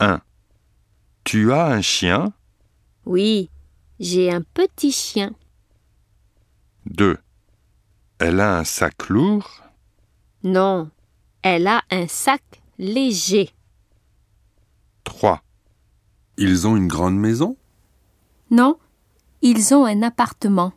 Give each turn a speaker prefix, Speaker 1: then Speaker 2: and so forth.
Speaker 1: 1. Tu as un chien
Speaker 2: Oui, j'ai un petit chien.
Speaker 1: 2. Elle a un sac lourd
Speaker 2: Non, elle a un sac léger.
Speaker 1: 3.
Speaker 3: Ils ont une grande maison
Speaker 2: Non, ils ont un appartement.